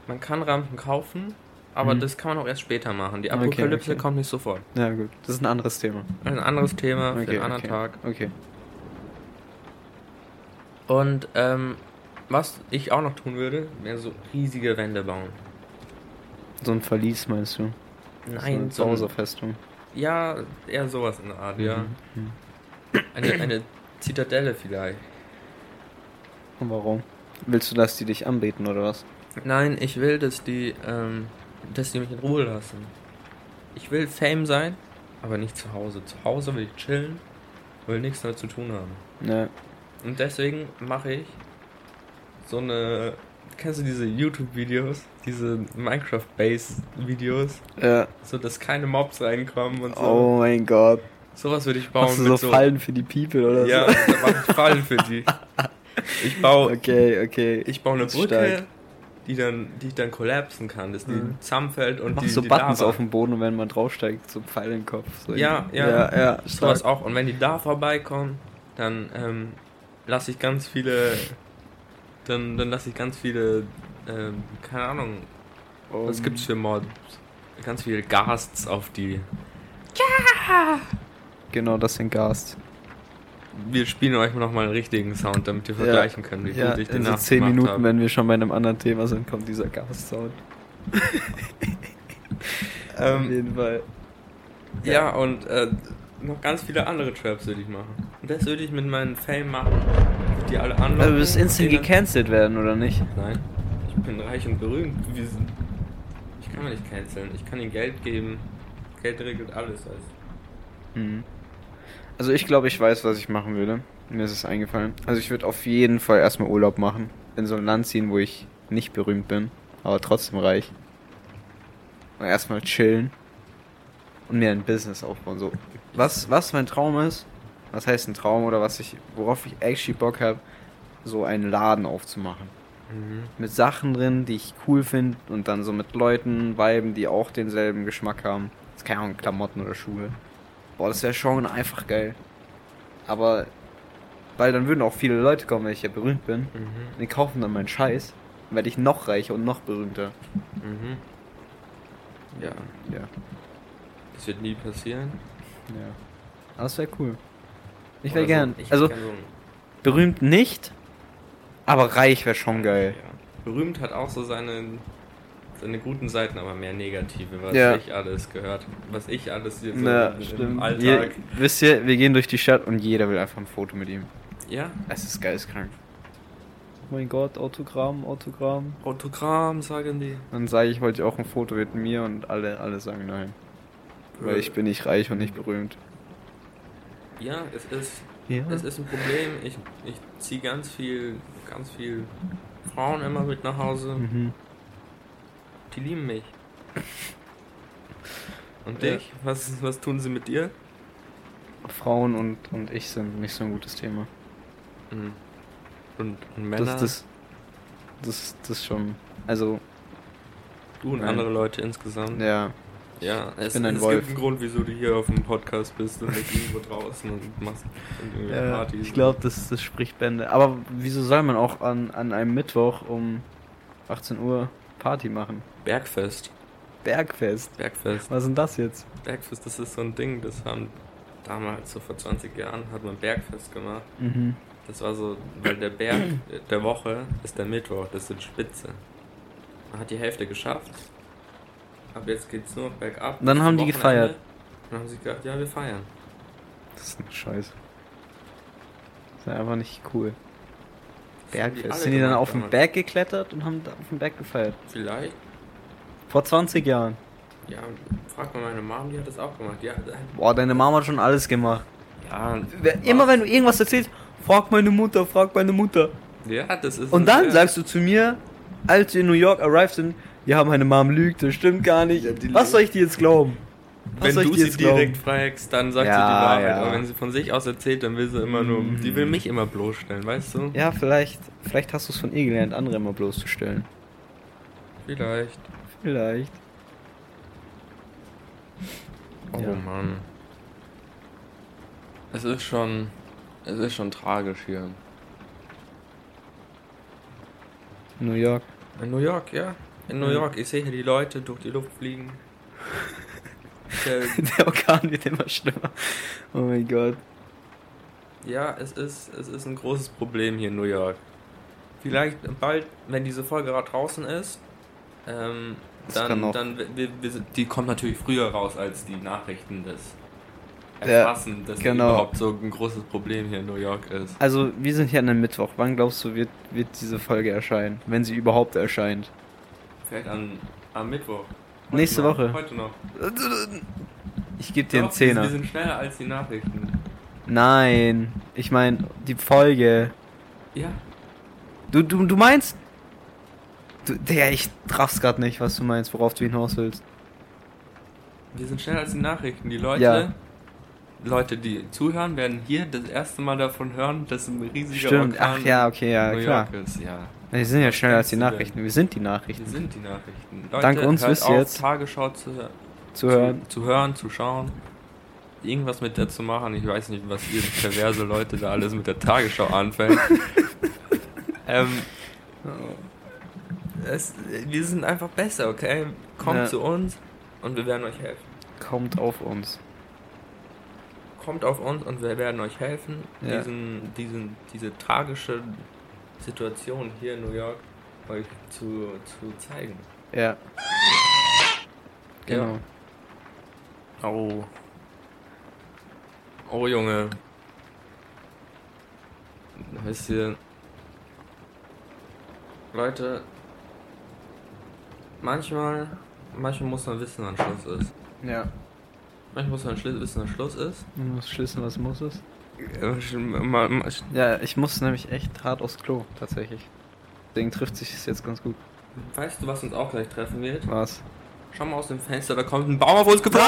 man kann Rampen kaufen, aber
Mhm.
das kann man auch erst später machen. Die
Okay,
Apokalypse
okay.
kommt nicht sofort.
Ja, gut. Das ist ein anderes Thema.
Ein anderes Thema für
Okay,
einen anderen
okay.
Tag.
Okay.
Und ähm, was ich auch noch tun würde, wäre so riesige Wände bauen.
So ein Verlies meinst du?
Nein,
so
so
eine
ein,
Sauserfestung.
ja, eher sowas in der Art, ja.
Mhm.
Eine, eine Zitadelle vielleicht.
Und warum? Willst du, dass die dich anbeten oder was?
Nein, ich will, dass die, ähm, dass die mich in Ruhe lassen. Ich will Fame sein, aber nicht zu Hause. Zu Hause will ich chillen, will nichts damit zu tun haben.
Ja.
Und deswegen mache ich so eine kennst du diese YouTube-Videos, diese Minecraft-Base-Videos,
Ja.
so dass keine Mobs reinkommen und so.
Oh mein Gott.
Sowas würde ich bauen
Machst du so,
mit so.
Fallen für die People oder
ja,
so?
da mache ich Fallen für die. Ich baue,
Okay, okay.
ich baue eine
Das ist
Brücke,
stark.
die dann, die ich dann kollapsen kann, dass die
Mhm.
zusammenfällt und
Machst
die
so
die
Buttons
Lava-
auf dem Boden und wenn man draufsteigt, so Pfeil im Kopf. So
Ja,
irgendwie.
ja,
ja. ja
Sowas
stark.
auch. Und wenn die da vorbeikommen, dann ähm, lasse ich ganz viele. Dann, dann lasse ich ganz viele. Ähm, keine Ahnung, was
Ähm,
gibt's für Mods? Ganz viele Gasts auf die.
Genau, das sind Gast.
Wir spielen euch nochmal einen richtigen Sound, damit ihr
Ja.
vergleichen könnt, wie gut
Ja,
ich den
in so
nachgemacht
10 Minuten,
habe.
wenn wir schon bei einem anderen Thema sind, kommt dieser Gast-Sound. Auf
Ähm,
jeden Fall.
ja, und äh, noch ganz viele andere Traps würde ich machen. Und das würde ich mit meinem Fame machen. Die alle anlocken.
Also, du wirst instant
die dann-
gecancelt werden, oder nicht?
Nein, ich bin reich und berühmt. Wir sind ich kann mir nicht canceln. Ich kann ihnen Geld geben. Geld regelt alles. Also.
Mhm. Also ich glaube, ich weiß, was ich machen würde. Mir ist es eingefallen. Also ich würde auf jeden Fall erstmal Urlaub machen. In so ein Land ziehen, wo ich nicht berühmt bin, aber trotzdem reich. Und erstmal chillen. Und mir ein Business aufbauen. So. Was, was mein Traum ist, was heißt ein Traum oder was ich, worauf ich actually Bock habe, so einen Laden aufzumachen mit Sachen drin, die ich cool finde und dann so mit Leuten, Weiben, die auch denselben Geschmack haben. Jetzt keine Ahnung, Klamotten oder Schuhe. Boah, das wäre schon einfach geil. Aber, weil dann würden auch viele Leute kommen, wenn ich ja berühmt bin. Und die kaufen dann meinen Scheiß. Dann werde ich noch reicher und noch berühmter. mhm.
Ja,
Ja.
das wird nie passieren.
Ja. Aber das wäre cool. Ich
Oder
wäre
so.
gern.
Ich
Also,
wär gern so ein-
berühmt nicht, aber reich wäre schon geil.
Ja. Berühmt hat auch so seine, seine guten Seiten, aber mehr negative, was
Ja.
ich alles gehört. Was ich alles hier so im- im
Ihr,
Alltag.
wisst ihr, wir gehen durch die Stadt und jeder will einfach ein Foto mit ihm.
Ja.
Es ist geisteskrank. Oh mein Gott, Autogramm, Autogramm.
Autogramm, sagen die.
Dann sage ich heute auch ein Foto mit mir und alle, alle sagen nein. Weil ich bin nicht reich und nicht berühmt.
Ja, es ist
Ja.
Es ist ein Problem, ich, ich ziehe ganz viel, ganz viel Frauen immer mit nach Hause.
Mhm.
Die lieben mich. Und
Ja.
dich? Was, was tun sie mit dir?
Frauen und, und ich sind nicht so ein gutes Thema.
Mhm. Und, und Männer,
Das, das, das, ist- das ist schon. Also,
du und
Nein.
andere Leute insgesamt.
ja.
Ja, es,
bin ein
es
Wolf.
gibt einen Grund, wieso du hier auf dem Podcast bist und nicht irgendwo draußen und machst irgendwie Partys.
Äh, ich glaube, das, das spricht Bände. Aber wieso soll man auch an, an einem Mittwoch um 18 Uhr Party machen?
Bergfest.
Bergfest.
Bergfest.
Was ist denn das jetzt?
Bergfest, das ist so ein Ding, das haben damals, so vor 20 Jahren, hat man Bergfest gemacht.
Mhm.
Das war so, weil der Berg der Woche ist der Mittwoch, das ist die Spitze. Man hat die Hälfte geschafft. Ab jetzt geht's nur noch bergab.
Dann haben die
Wochenende.
gefeiert.
Dann haben sie gesagt, ja, wir feiern.
Das ist eine Scheiße. Das ist einfach nicht cool.
Das haben
Bergfest.
alle
Sind die dann
gemacht
auf den
damals.
Berg geklettert und haben da auf den Berg gefeiert?
Vielleicht.
Vor 20 Jahren.
Ja, frag mal meine Mom, die hat das auch gemacht. Ja, äh,
Boah, deine Mama hat schon alles gemacht.
ja,
Wer- Immer wenn du irgendwas erzählst, frag meine Mutter, frag meine Mutter.
Ja, das ist.
Und dann
ja.
sagst du zu mir, als wir in New York arrived sind, ja, meine Mom lügt, das stimmt gar nicht.
Ja, die lügt.
Was soll ich dir jetzt glauben? Was
wenn
soll ich
du
dir
sie
jetzt glauben?
direkt fragst, dann sagt
Ja,
sie die Wahrheit.
ja.
Aber wenn sie von sich aus erzählt, dann will sie immer nur.
Mhm.
Die will mich immer bloßstellen, weißt du?
Ja, vielleicht, vielleicht hast du es von ihr gelernt, andere immer bloßzustellen.
Vielleicht.
Vielleicht.
Oh
Ja.
Mann. Es ist schon. Es ist schon tragisch hier.
New York.
In New York, ja. In New
Mhm.
York, ich sehe hier die Leute durch die Luft fliegen. Ich, äh,
Der Orkan wird immer schlimmer. Oh mein Gott.
ja, es ist, es ist ein großes Problem hier in New York. Vielleicht bald, wenn diese Folge gerade draußen ist, ähm,
Das kann
dann,
noch-
dann wir, wir, wir sind- die kommt natürlich früher raus als die Nachrichten des
Ja,
Erfassen, dass
genau.
überhaupt so ein großes Problem hier in New York ist.
Also, wir sind hier an einem Mittwoch. Wann glaubst du, wird, wird diese Folge erscheinen? Wenn sie überhaupt erscheint.
Vielleicht an, am Mittwoch.
Nächste
noch,
Woche.
Heute noch.
Ich gebe dir einen
Doch, wir sind-
Zehner.
Wir sind schneller als die Nachrichten.
Nein, ich meine, die Folge.
Ja,
Du, du, du meinst, Du, Digga, ich raff's grad nicht, was du meinst, worauf du hinaus willst.
Wir sind schneller als die Nachrichten. Die Leute,
Ja.
Leute, die zuhören, werden hier das erste Mal davon hören, dass ein riesiger
Stimmt,
Orkan
ach ja, okay, ja,
in New
klar.
York ist. Ja,
Wir sind ja schneller als die
denkst du denn?
Nachrichten. Wir sind die
wir
Nachrichten.
sind die Nachrichten. Leute,
Dank uns
hört
wisst ihr
auf,
jetzt-
Tagesschau zu, hö-
Zu hören.
Zu, zu hören, zu schauen. Irgendwas mit der zu machen. Ich weiß nicht, was ihr perverse Leute da alles mit der Tagesschau anfängt. ähm,
Oh.
es, wir sind einfach besser, okay? Kommt
Ja.
zu uns und wir werden euch helfen.
Kommt auf uns.
kommt auf uns und wir werden euch helfen,
Ja.
diesen, diesen, diese tragische Situation hier in New York euch zu, zu zeigen.
Ja. Genau.
Oh. Oh Junge. Wisst ihr. Leute. Manchmal. Manchmal muss man wissen, wann Schluss ist.
Ja.
Manchmal muss man schli- wissen, wann Schluss ist.
Du musst schließen, was muss es?
Äh, ma- ma-
Ja, ich muss nämlich echt hart aufs Klo, tatsächlich. Deswegen trifft sich es jetzt ganz gut.
Weißt du, was uns auch gleich treffen wird?
Was?
Schau mal aus dem Fenster, da kommt ein Baum auf uns gefahren.